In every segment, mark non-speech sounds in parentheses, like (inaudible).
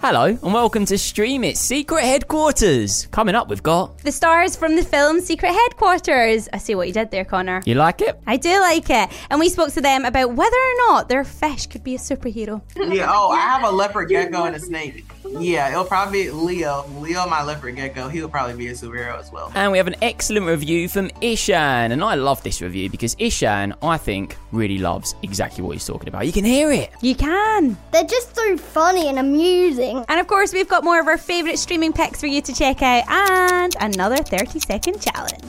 Hello and welcome to Stream It Secret Headquarters. Coming up, we've got. The stars from the film Secret Headquarters. I see what you did there, Connor. You like it? I do like it. And we spoke to them about whether or not their fish could be a superhero. Yeah. Oh, I have a leopard (laughs) gecko and a snake. Yeah, it'll probably be Leo. Leo, my leopard gecko. He would probably be a superhero as well. And we have an excellent review from Ishan. And I love this review because Ishan, I think, really loves exactly what he's talking about. You can hear it. You can. They're just so funny and amusing. And of course, we've got more of our favourite streaming picks for you to check out and another 30 second challenge.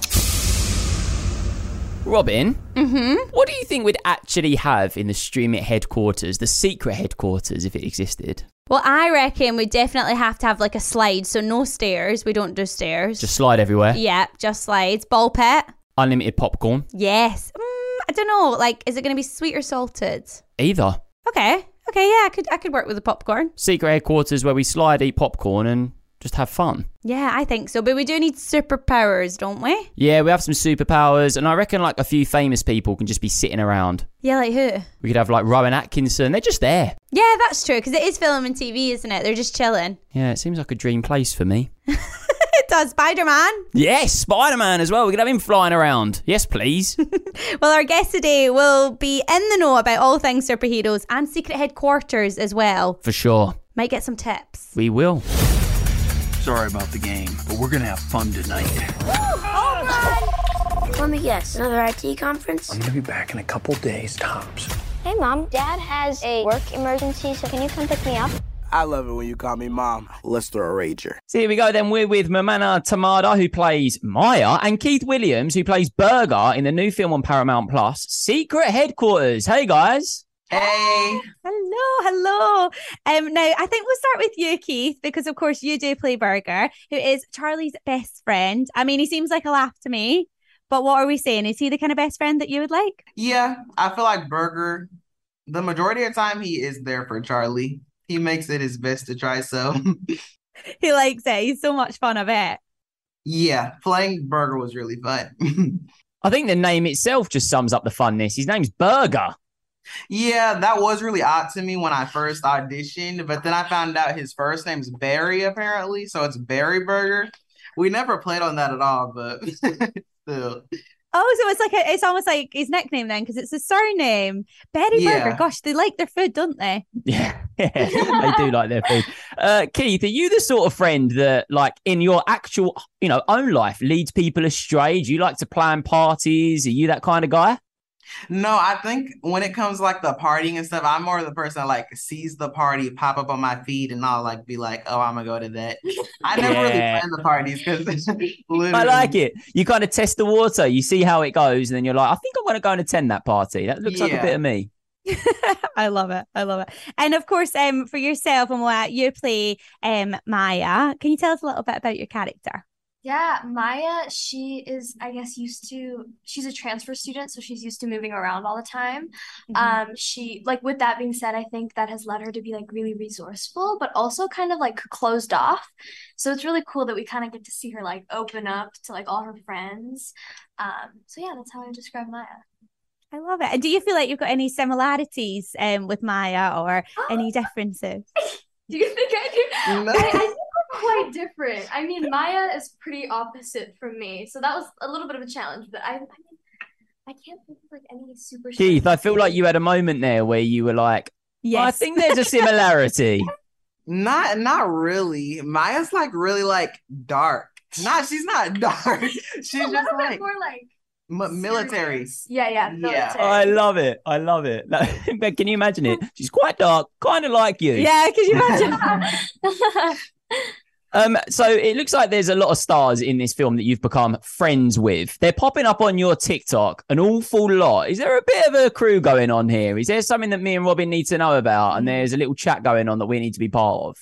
Robin, mm-hmm. what do you think we'd actually have in the Stream It headquarters, the secret headquarters, if it existed? Well, I reckon we definitely have to have like a slide, so no stairs. We don't do stairs. Just slide everywhere. yeah, just slides. Ball pit. Unlimited popcorn. Yes. Mm, I don't know. Like, is it going to be sweet or salted? Either. Okay. Okay. Yeah, I could. I could work with the popcorn. Secret headquarters where we slide, eat popcorn, and just have fun. Yeah, I think so. But we do need superpowers, don't we? Yeah, we have some superpowers, and I reckon like a few famous people can just be sitting around. Yeah, like who? We could have like Rowan Atkinson. They're just there. Yeah, that's true. Because it is film and TV, isn't it? They're just chilling. Yeah, it seems like a dream place for me. It does. Spider Man. Yes, Spider Man as well. We could have him flying around. Yes, please. (laughs) Well, our guest today will be in the know about all things superheroes and secret headquarters as well. For sure. Might get some tips. We will. Sorry about the game, but we're gonna have fun tonight. Let me guess, another IT conference? I'm gonna be back in a couple days tops. Hey, Mom. Dad has a work emergency, so can you come pick me up? I love it when you call me mom. Let's throw a rager. So here we go then. We're with Mamana Tamada, who plays Maya, and Keith Williams, who plays Burger in the new film on Paramount Plus, Secret Headquarters. Hey, guys. Hey. Hello, hello. Um, now I think we'll start with you, Keith, because of course you do play Burger, who is Charlie's best friend. I mean, he seems like a laugh to me. But what are we saying? Is he the kind of best friend that you would like? Yeah, I feel like Burger. The majority of the time, he is there for Charlie. He makes it his best to try. So, (laughs) He likes it. He's so much fun, I bet. yeah, playing Burger was really fun. (laughs) I think the name itself just sums up the funness. His name's Burger. yeah, that was really odd to me when I first auditioned, but then I found out his first name's Barry apparently, so it's Barry Burger. We never played on that at all, but (laughs) still. Oh, so it's like a, it's almost like his nickname then, because it's his surname. Betty Burger. Yeah. Gosh, they like their food, don't they? (laughs) (laughs) Yeah, they do like their food. Uh, Keith, are you the sort of friend that, like, in your actual, you know, own life, leads people astray? Do you like to plan parties? Are you that kind of guy? No, I think when it comes to, like the partying and stuff, I'm more the person that, like sees the party pop up on my feed and I'll like be like, oh, I'm gonna go to that. (laughs) I never really Yeah. plan the parties (laughs) because Mm. I like it. You kind of test the water, you see how it goes, and then you're like, I think I'm going to go and attend that party. That looks like a Yeah. bit of me. I love it. I love it. And of course, um, for yourself and what you play, um, Maya. Can you tell us a little bit about your character? Yeah, Maya, she is, I guess, used to, she's a transfer student, so she's used to moving around all the time. Uh, Um, she, like, with that being said, I think that has led her to be like really resourceful, but also kind of like closed off. So it's really cool that we kind of get to see her like open up to like all her friends. Um, so yeah, that's how I would describe Maya. I love it. And do you feel like you've got any similarities um with Maya or any differences? Do you think I do? No. I, I think we're quite different. I mean, Maya is pretty opposite from me, so that was a little bit of a challenge. But I, I mean, I can't think of like any super. Keith, I feel like you had a moment there where you were like, "Oh, Yes. I think there's a similarity. Not not really. Maya's like really like dark. Nah, she's not (laughs) dark. She's just a (laughs) little like bit more like m- military. serious. Yeah, yeah, Yeah. military. I love it. I love it. (laughs) Like, Can you imagine it? She's quite dark, kind of like you. yeah, could you (laughs) imagine? Um, so it looks like there's a lot of stars in this film that you've become friends with. They're popping up on your TikTok an awful lot. Is there a bit of a crew going on here? Is there something that me and Robin need to know about? And there's a little chat going on that we need to be part of.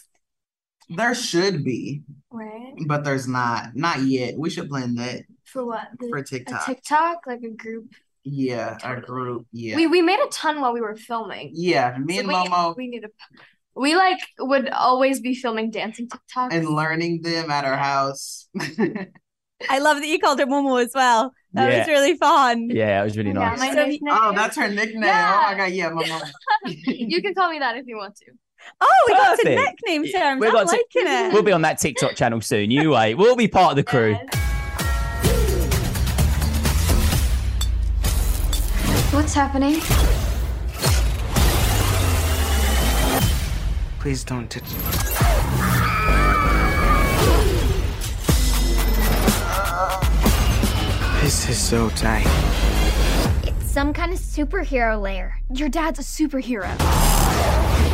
There should be, (laughs) right? but there's not. Not yet. We should plan that For what? The, for a TikTok. TikTok, like a group. yeah, our group. Yeah. We we made a ton while we were filming. yeah, me So and we, Momo We need a. We like would always be filming dancing TikToks. and learning them at our house. I love that you called her Momo as well. That yeah. was really fun. yeah, it was really Yeah, nice. my So- (laughs) nickname- (laughs) Oh, that's her nickname. Oh my god, yeah, Momo. you can call me that if you want to. Oh, we got to Perfect. nickname Yeah, terms. we've I'm got to- liking it. We'll be on that TikTok channel soon. You wait. We'll be part of the crew. What's happening? Please don't touch me. This is so tight. It's some kind of superhero lair. Your dad's a superhero.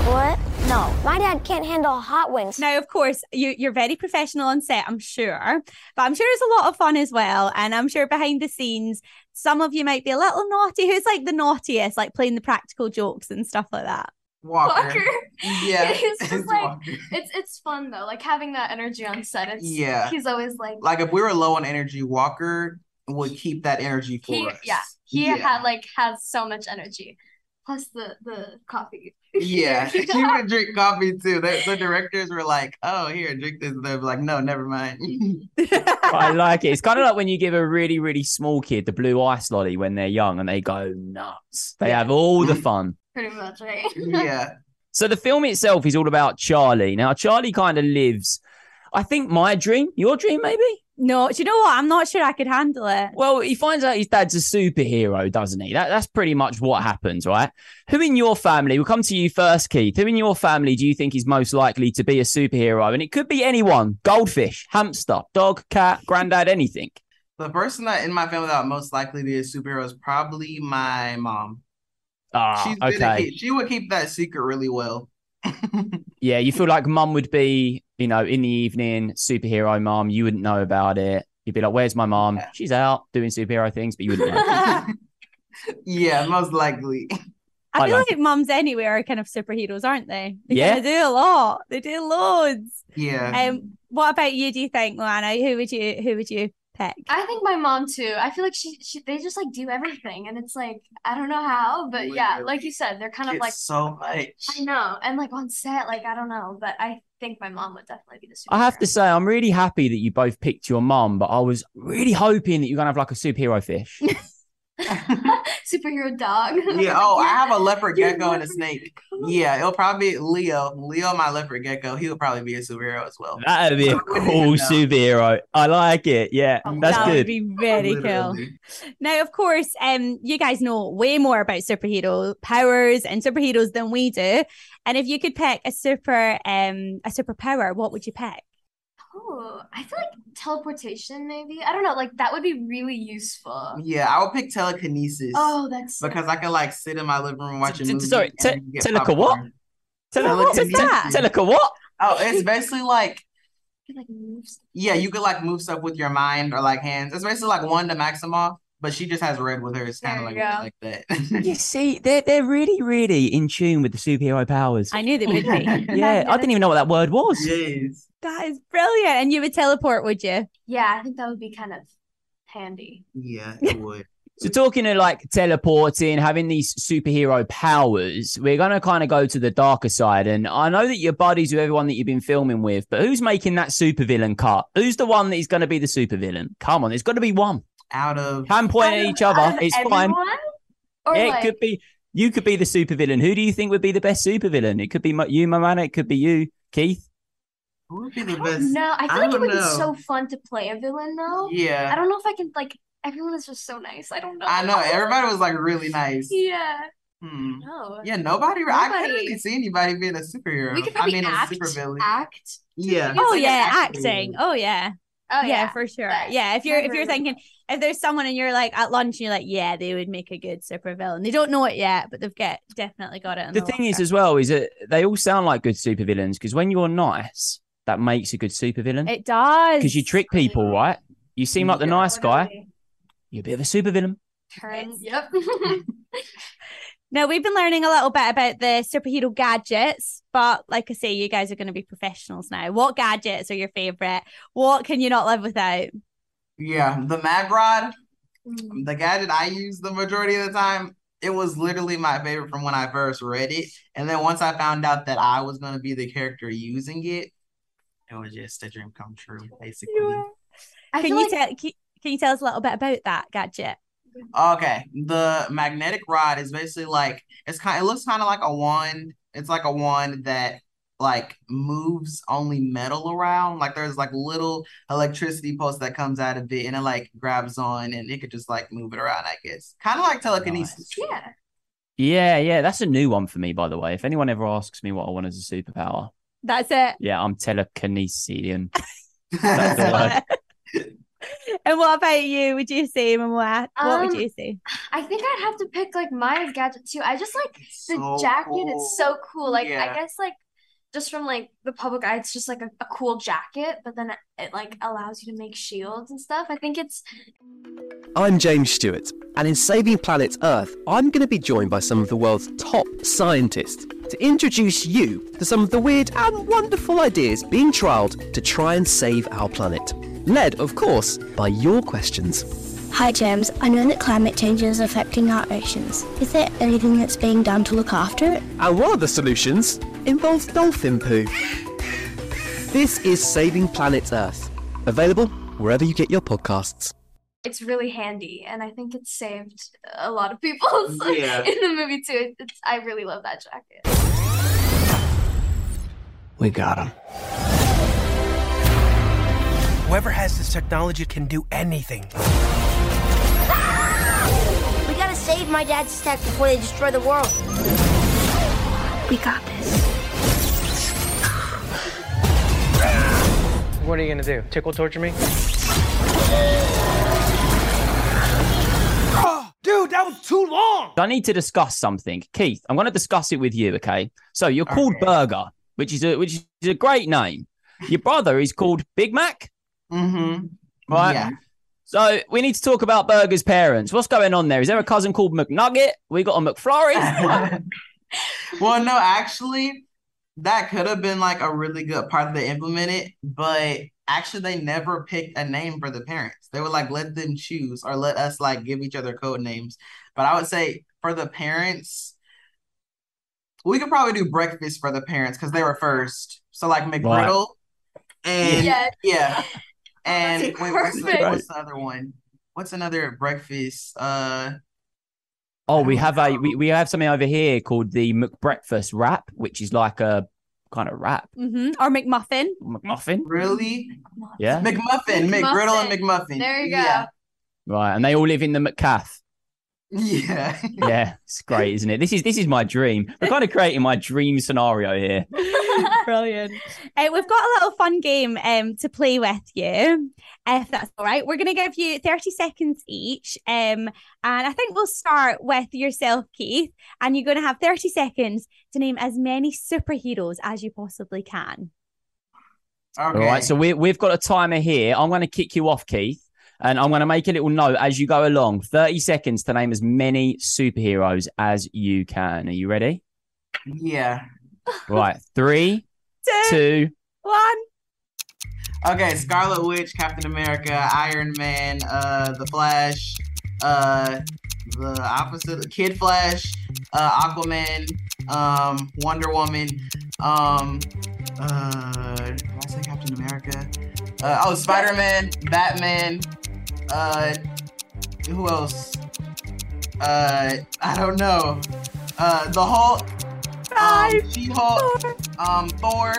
What? No. My dad can't handle hot wings. Now, of course, you, you're very professional on set, I'm sure, but I'm sure it's a lot of fun as well. And I'm sure behind the scenes, some of you might be a little naughty. Who's like the naughtiest, like playing the practical jokes and stuff like that? (laughs) Walker. Walker. Yeah. (laughs) It's just it's like- Walker. It's it's fun though, like having that energy on set. It's, Yeah. He's always like, like if we were low on energy, Walker would keep that energy for he us. yeah he yeah. had like (laughs) has so much energy. Plus the the coffee. (laughs) Yeah, he would drink coffee too. The, the directors were like, "Oh, here, drink this." They're like, "No, never mind." (laughs) I like it. It's kind of like when you give a really, really small kid the blue ice lolly when they're young and they go nuts. They have all the fun. Pretty much right. yeah, So the film itself is all about Charlie. Now Charlie kind of lives, I think, my dream, your dream, maybe. no, do you know what? I'm not sure I could handle it. Well, he finds out his dad's a superhero, doesn't he? That, that's pretty much what happens, right? Who in your family? We'll come to you first, Keith. Who in your family do you think is most likely to be a superhero? And it could be anyone: goldfish, hamster, dog, cat, granddad, anything. the person that in my family that would most likely be a superhero is probably my mom. Ah, She's been a okay. kid. She would keep that secret really (laughs) well. (laughs) Yeah, you feel like mum would be, you know, in the evening, superhero mum. You wouldn't know about it. You'd be like, "Where's my mum? Yeah. She's out doing superhero things," but you wouldn't know. (laughs) yeah, most likely. (laughs) I, I feel like like mums anywhere are kind of superheroes, aren't they? They Yeah. kinda do a lot. They do loads. Yeah. Um, what about you? Do you think, Moana? Who would you? Who would you pick? I think my mom too. I feel like she, she they just like do everything and it's like I don't know how, but yeah, like you said, they're kind of It's like so much. I know. And like on set, like I don't know, but I think my mom would definitely be the I superhero. have to say, I'm really happy that you both picked your mum, but I was really hoping that you're gonna have like a superhero fish. (laughs) superhero dog. (laughs) Yeah. Oh, I have a leopard You're gecko and a leopard snake. (laughs) gecko. Yeah, it'll probably be Leo. Leo, my leopard gecko. He would probably be a superhero as well. (laughs) That'd be a (laughs) I wouldn't cool even know. superhero. I like it. Oh, Yeah, I that's that would good. be very cool. Literally. Now, of course, um, you guys know way more about superhero powers and superheroes than we do. And if you could pick a super um a superpower, what would you pick? Oh, I feel like teleportation maybe. I don't know, like that would be really useful. Yeah, I would pick telekinesis Oh, that's so- because I could like sit in my living room watching. T- t- sorry, te- teleco what? Tele- Tele- telekinesis. te- Teleka, what? Oh, (laughs) it's basically like I could, like move stuff. yeah, you could like move stuff with your mind or like hands. It's basically like one to Maximoff, but she just has red with her. It's kind of There like you go. like that. You see, they're they're really, really in tune with the superhero powers. I knew they would (laughs) be. yeah, I didn't even know what that word was. Yes. that is brilliant. And you would teleport, would you? Yeah, I think that would be kind of handy. Yeah, it would. So talking of like teleporting, having these superhero powers, we're gonna kind of go to the darker side. And I know that you're buddies with everyone that you've been filming with, but who's making that supervillain cut? Who's the one that is gonna be the supervillain? Come on, there's got to be one. Out of Hand point Out at of- each out (laughs) other. of It's fine. everyone? Or Yeah, like, it could be. You could be the supervillain. Who do you think would be the best supervillain? It could be Mo- you, Moana. It could be you, Keith. who would be the I best? don't know. I feel I like it don't would be know. so fun to play a villain though. Yeah. I don't know if I can like everyone is just so nice. I don't know. I know everybody was like really nice. Yeah. Hmm. No. Yeah, nobody. I couldn't Nobody. really see anybody being a superhero. We could I probably mean, act, a supervillain. act. Yeah. It's Oh like an yeah, action acting. movie. Oh yeah. Oh yeah, yeah. for sure. Right. Yeah, if you're if you're Remember- thinking if there's someone and you're like at lunch and you're like, yeah, they would make a good supervillain. They don't know it yet, but they've get definitely got it. on The their thing is, locker. as well, is that they all sound like good supervillains because when you're nice, that makes a good supervillain. it does because you trick people, right? You seem like the Yeah. nice guy. Totally. You're a bit of a supervillain. Turn. (laughs) Yep. Mm. Now, we've been learning a little bit about the superhero gadgets, but like I say, you guys are going to be professionals now. What gadgets are your favorite? What can you not live without? Yeah, the mag rod, the gadget I use the majority of the time, it was literally my favorite from when I first read it. And then once I found out that I was going to be the character using it, it was just a dream come true, basically. Can I feel you like tell? Can can you tell us a little bit about that gadget? Okay, the magnetic rod is basically like it's kind. It looks kind of like a wand. It's like a wand that like moves only metal around. Like there's like little electricity pulse that comes out of it and it like grabs on and it could just like move it around, I guess. Kind of like telekinesis. Yeah. Yeah, yeah, that's a new one for me, by the way. If anyone ever asks me what I want as a superpower, That's it. yeah, I'm telekinesian. That's (laughs) the I (laughs) word. And what about you? Would you say, Mamoa? What would Um, you say? I think I'd have to pick like mine as gadget too. I just like the jacket. It's so cool. Like Yeah. I guess like just from like the public eye, it's just like a, a cool jacket, but then it, it like allows you to make shields and stuff. I think it's I'm James Stewart, and in Saving Planet Earth, I'm going to be joined by some of the world's top scientists to introduce you to some of the weird and wonderful ideas being trialled to try and save our planet. Led, of course, by your questions. Hi, James. I know that climate change is affecting our oceans. Is there anything that's being done to look after it? And one of the solutions involves dolphin poo. This is Saving Planet Earth, available wherever you get your podcasts. it's really handy, and I think it saved a lot of people's (laughs) Yeah. in the movie too. It- It's I really love that jacket. We got him. Whoever has this technology can do anything. We gotta save my dad's tech before they destroy the world. We got this. What are you gonna do? Tickle torture me? Dude, that was too long! I need to discuss something. Keith, I'm going to discuss it with you, okay? So you're called Okay. Burger, which is a which is a great name. Your brother is called Big Mac, Mm-hmm. right? Yeah. So we need to talk about Burger's parents. What's going on there? Is there a cousin called McNugget? We got a (laughs) McFlurry. What? well, no, actually, that could have been like a really good part that they implemented, but actually, they never picked a name for the parents. They would like let them choose or let us like give each other code names. But I would say for the parents, we could probably do breakfast for the parents because they were first. So like McGriddle and Yes. (laughs) yeah, and That's wait, what's the, perfect. what's the other one? What's another breakfast? Uh, oh, we have a we, we have something over here called the McBreakfast wrap, which is like a kind of wrap hmm Or McMuffin? McMuffin. really? Yeah. (laughs) McMuffin, McGriddle, and McMuffin. There you go. Oh Yeah. (laughs) Right, and they all live in the McCaff. Yeah. Yeah, it's great, isn't it? This is this is my dream. We're kind of creating my dream scenario here. (laughs) Brilliant. Uh, we've got a little fun game um, to play with you, if that's all right. We're going to give you 30 seconds each. Um, and I think we'll start with yourself, Keith. And you're going to have 30 seconds to name as many superheroes as you possibly can. Okay. All right, so we, we've got a timer here. I'm going to kick you off, Keith, and I'm going to make a little note as you go along. 30 seconds to name as many superheroes as you can. Are you ready? yeah. Right, three, Two, two. one. Okay, Scarlet Witch, Captain America, Iron Man, uh, The Flash, uh, the opposite, Kid Flash, uh, Aquaman, um, Wonder Woman, um, uh, did I say Captain America? Uh, oh, Spider Man, Batman, uh, who else? Uh, I don't know. Uh, the Hulk, Five, um, She Hulk, four, um, Thor,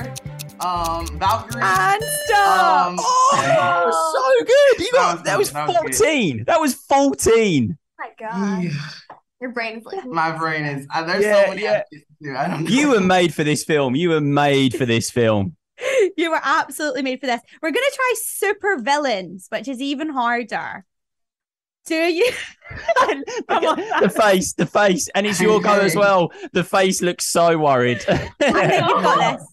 um, Valkyrie. Oh and stop. Um, Oh, so good. You got, that That was was good, that was good. 14. That was 14. Oh my God. Your brain's (sighs) like My brain is. Uh, there's Yeah, so many. yeah. Yeah. I don't know. You were made for this film. You were made for this film. you were absolutely made for this. We're going to try super villains, which is even harder. Do you? (laughs) Come on. the face, the face, and it's your go as well. The face looks so worried. (laughs) I think you've got (laughs) No. this.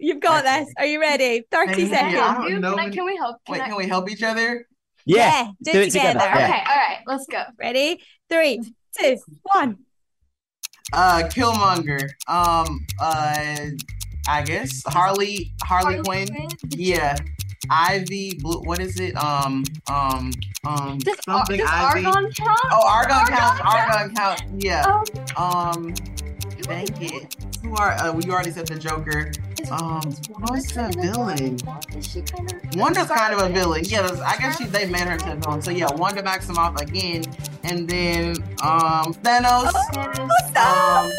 You've got Okay. this. Are you ready? 30 Thank you. seconds. I Can don't you? know Can I? when- Can we help? Can Wait, I- can we help each other? yeah. Do, do it it together. together. Okay, Yeah. all right, let's go. Ready? Three, two, one. Uh, Killmonger. Um. Uh, I guess Harley. Harley, Quinn. Yeah. Ivy. Blue, what is it? Um. Um. Um. Does, Ar- something does Ivy. Argon count? oh, Argon, counts. count? Argon counts. Yeah. Oh, Um. who is Dang it? it. Who are? Uh, you already said the Joker. Is- Um. is Wanda what's the kind of villain? Wanda? Is she kind of- Wanda's kind of a villain. Yeah, that's- I guess Uh-huh. she they made her into a villain. So yeah, Wanda Maximoff again, and then um Thanos. Oh, Thanos, no. um,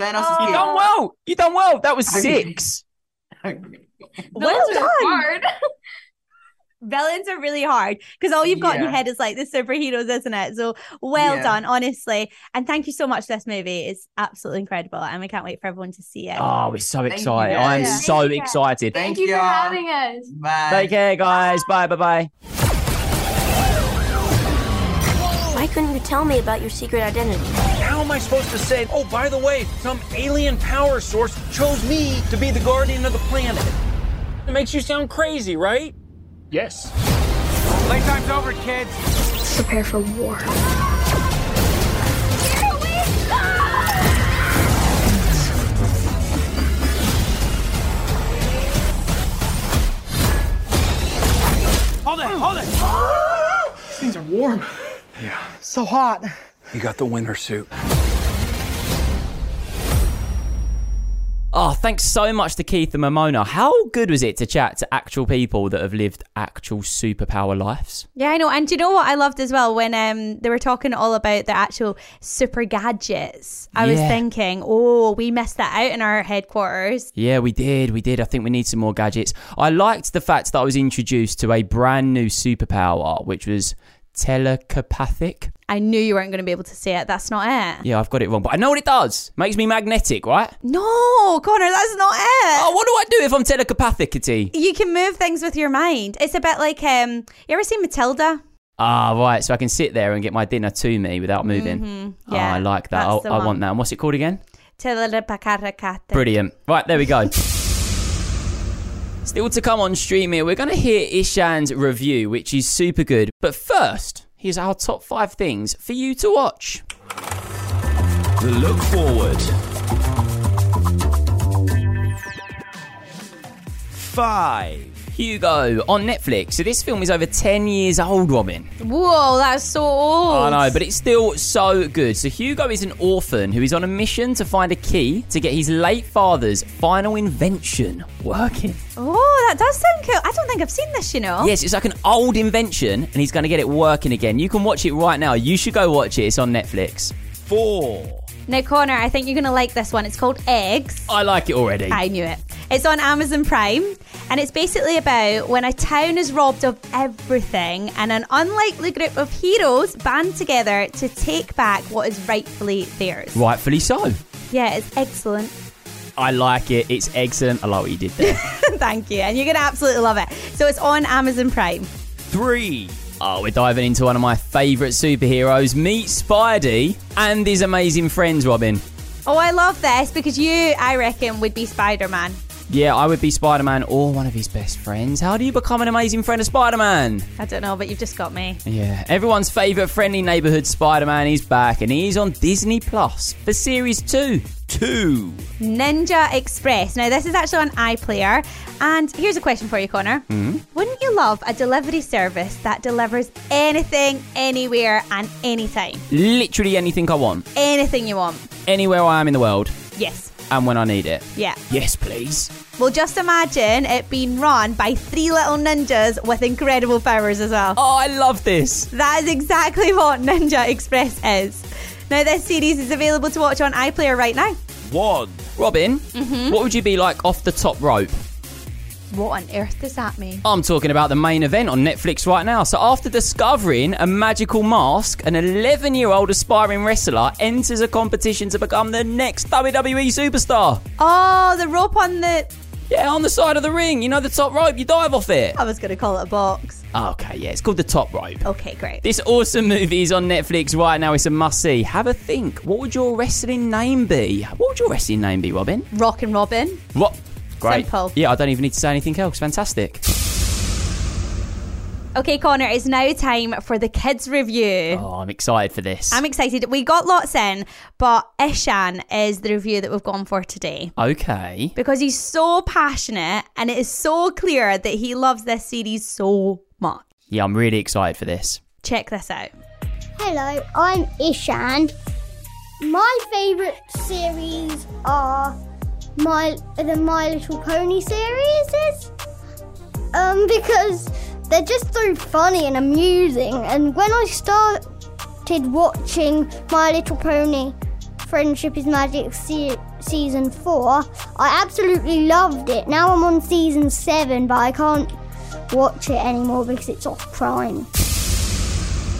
Thanos Oh. You done well. You done well. That was six. is cute. Well Those are done. Hard. Villains are really hard because all you've got in your Yeah. head is like the superheroes, isn't it? So well Yeah. done, honestly. And thank you so much for this movie. It's absolutely incredible. And we can't wait for everyone to see it. Oh, we're so Thank excited. you. I am Yeah. so Thank you. excited. Thank (laughs) Thank, you y'all. for having us. Bye. Take care, guys. Bye. Bye. Bye. Why couldn't you tell me about your secret identity? How am I supposed to say, oh, by the way, some alien power source chose me to be the guardian of the planet? It makes you sound crazy, right? Yes. Playtime's over, kids. Prepare for war. Hold it, hold it. Things are warm. Yeah. So hot. You got the winter suit. Oh, thanks so much to Keith and Mamona. How good was it to chat to actual people that have lived actual superpower lives? Yeah, I know. And do you know what I loved as well when um they were talking all about the actual super gadgets? I was Yeah. thinking, oh, we missed that out in our headquarters. Yeah, we did. We did. I think we need some more gadgets. I liked the fact that I was introduced to a brand new superpower, which was telepathic. I knew you weren't going to be able to see it. That's not it. Yeah, I've got it wrong, but I know what it does. Makes me magnetic, right? No, Connor, that's not it. Oh, what do I do if I'm telepathic? You can move things with your mind. It's a bit like um you ever seen Matilda? Ah, right. So I can sit there and get my dinner to me without moving. Ah, Mm-hmm. yeah, I like that. that's I, the I want one. that. And what's it called again? Telepacaracate. Brilliant. Right, there we go. Still to come on stream here, we're going to hear Ishan's review, which is super good. But first, here's our top five things for you to watch. The Look Forward. Five. Hugo on Netflix. So this film is over 10 years old, Robin. Whoa, that's so old. I know, but it's still so good. So Hugo is an orphan who is on a mission to find a key to get his late father's final invention working. Oh, that does sound cool. I don't think I've seen this, you know. Yes, it's like an old invention and he's going to get it working again. You can watch it right now. You should go watch it. It's on Netflix. Four. Now, Connor, I think you're going to like this one. It's called Eggs. I like it already. I knew it. It's on Amazon Prime, and it's basically about when a town is robbed of everything and an unlikely group of heroes band together to take back what is rightfully theirs. Rightfully so. Yeah, it's excellent. (laughs) I like it. It's excellent. I like what you did there. Thank you. And you're going to absolutely love it. So it's on Amazon Prime. (laughs) Three. oh, we're diving into one of my favourite superheroes. Meet Spidey and his amazing friends, Robin. Oh, I love this because you, I reckon, would be Spider Man. Yeah, I would be Spider Man or one of his best friends. How do you become an amazing friend of Spider Man? I don't know, but you've just got me. Yeah, everyone's favourite friendly neighbourhood Spider Man is back and he's on Disney Plus for series two. Two. Ninja Express. Now, this is actually on iPlayer. And here's a question for you, Connor. Wouldn't you love a delivery service that delivers anything, anywhere, and anytime? Literally anything I want, Anything you want. anywhere I am in the world, Yes. and when I need it. Yeah. Yes, please. Well, just imagine it being run by three little ninjas with incredible powers as well. Oh, I love this. That is exactly what Ninja Express is. Now, this series is available to watch on iPlayer right now. One. Robin, what would you be like off the top rope? What on earth does that mean? I'm talking about the main event on Netflix right now. So, after discovering a magical mask, an 11 year old aspiring wrestler enters a competition to become the next WWE superstar. Oh, the rope on the. Yeah, on the side of the ring, you know, the top rope, you dive off it. I was going to call it a box. Okay, yeah, it's called the top rope. Okay, great. This awesome movie is on Netflix right now. It's a must see. Have a think. What would your wrestling name be? What would your wrestling name be, Robin? Rock and Robin. What? Great. Simple. Yeah, I don't even need to say anything else. Fantastic. Okay, Connor, it's now time for the kids' review. Oh, I'm excited for this. I'm excited. We got lots in, but Ishan is the review that we've gone for today okay. because he's so passionate and it is so clear that he loves this series so much. Yeah, I'm really excited for this. Check this out. Hello, I'm Ishan. My favourite series are my the My Little Pony series, um, because they're just so funny and amusing. And when I started watching My Little Pony Friendship is Magic se- season four. I absolutely loved it. Now I'm on season seven, but I can't watch it anymore because it's off Prime.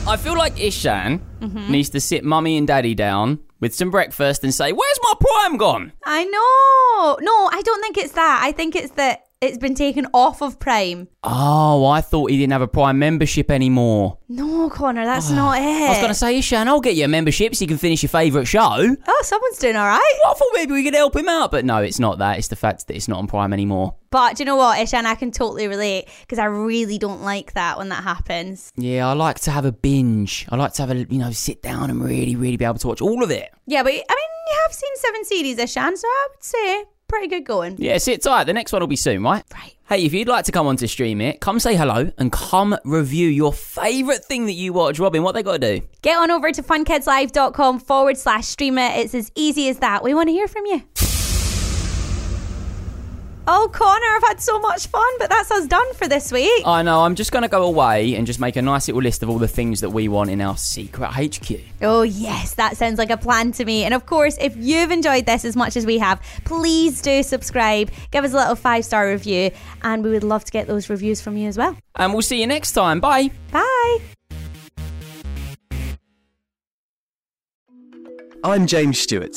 I feel like Ishan needs to sit mummy and daddy down with some breakfast and say, Where's my prime gone? I know. No, I don't think it's that. I think it's that it's been taken off of Prime. Oh, I thought he didn't have a prime membership anymore. No, Connor, that's not it. (sighs) I was going to say, Ishan, I'll get you a membership so you can finish your favourite show. Oh, someone's doing all right. I thought maybe we could help him out, but no, it's not that. It's the fact that it's not on Prime anymore. But do you know what, Ishan? I can totally relate because I really don't like that when that happens. Yeah, I like to have a binge. I like to have a, you know, sit down and really, really be able to watch all of it. Yeah, but I mean, you have seen seven series, Ishan, so I would say pretty good going. Yeah, sit tight. The next one will be soon, right? Right. Hey, if you'd like to come on to stream it, come say hello and come review your favourite thing that you watch. Robin, what they got to do? Get on over to funkidslive.com forward slash streamer. It's as easy as that. We want to hear from you. Oh, Connor, I've had so much fun, but that's us done for this week. I know, I'm just going to go away and just make a nice little list of all the things that we want in our secret HQ. Oh, yes, that sounds like a plan to me. And of course, if you've enjoyed this as much as we have, please do subscribe, give us a little five star review, and we would love to get those reviews from you as well. And we'll see you next time. Bye. Bye. I'm James Stewart,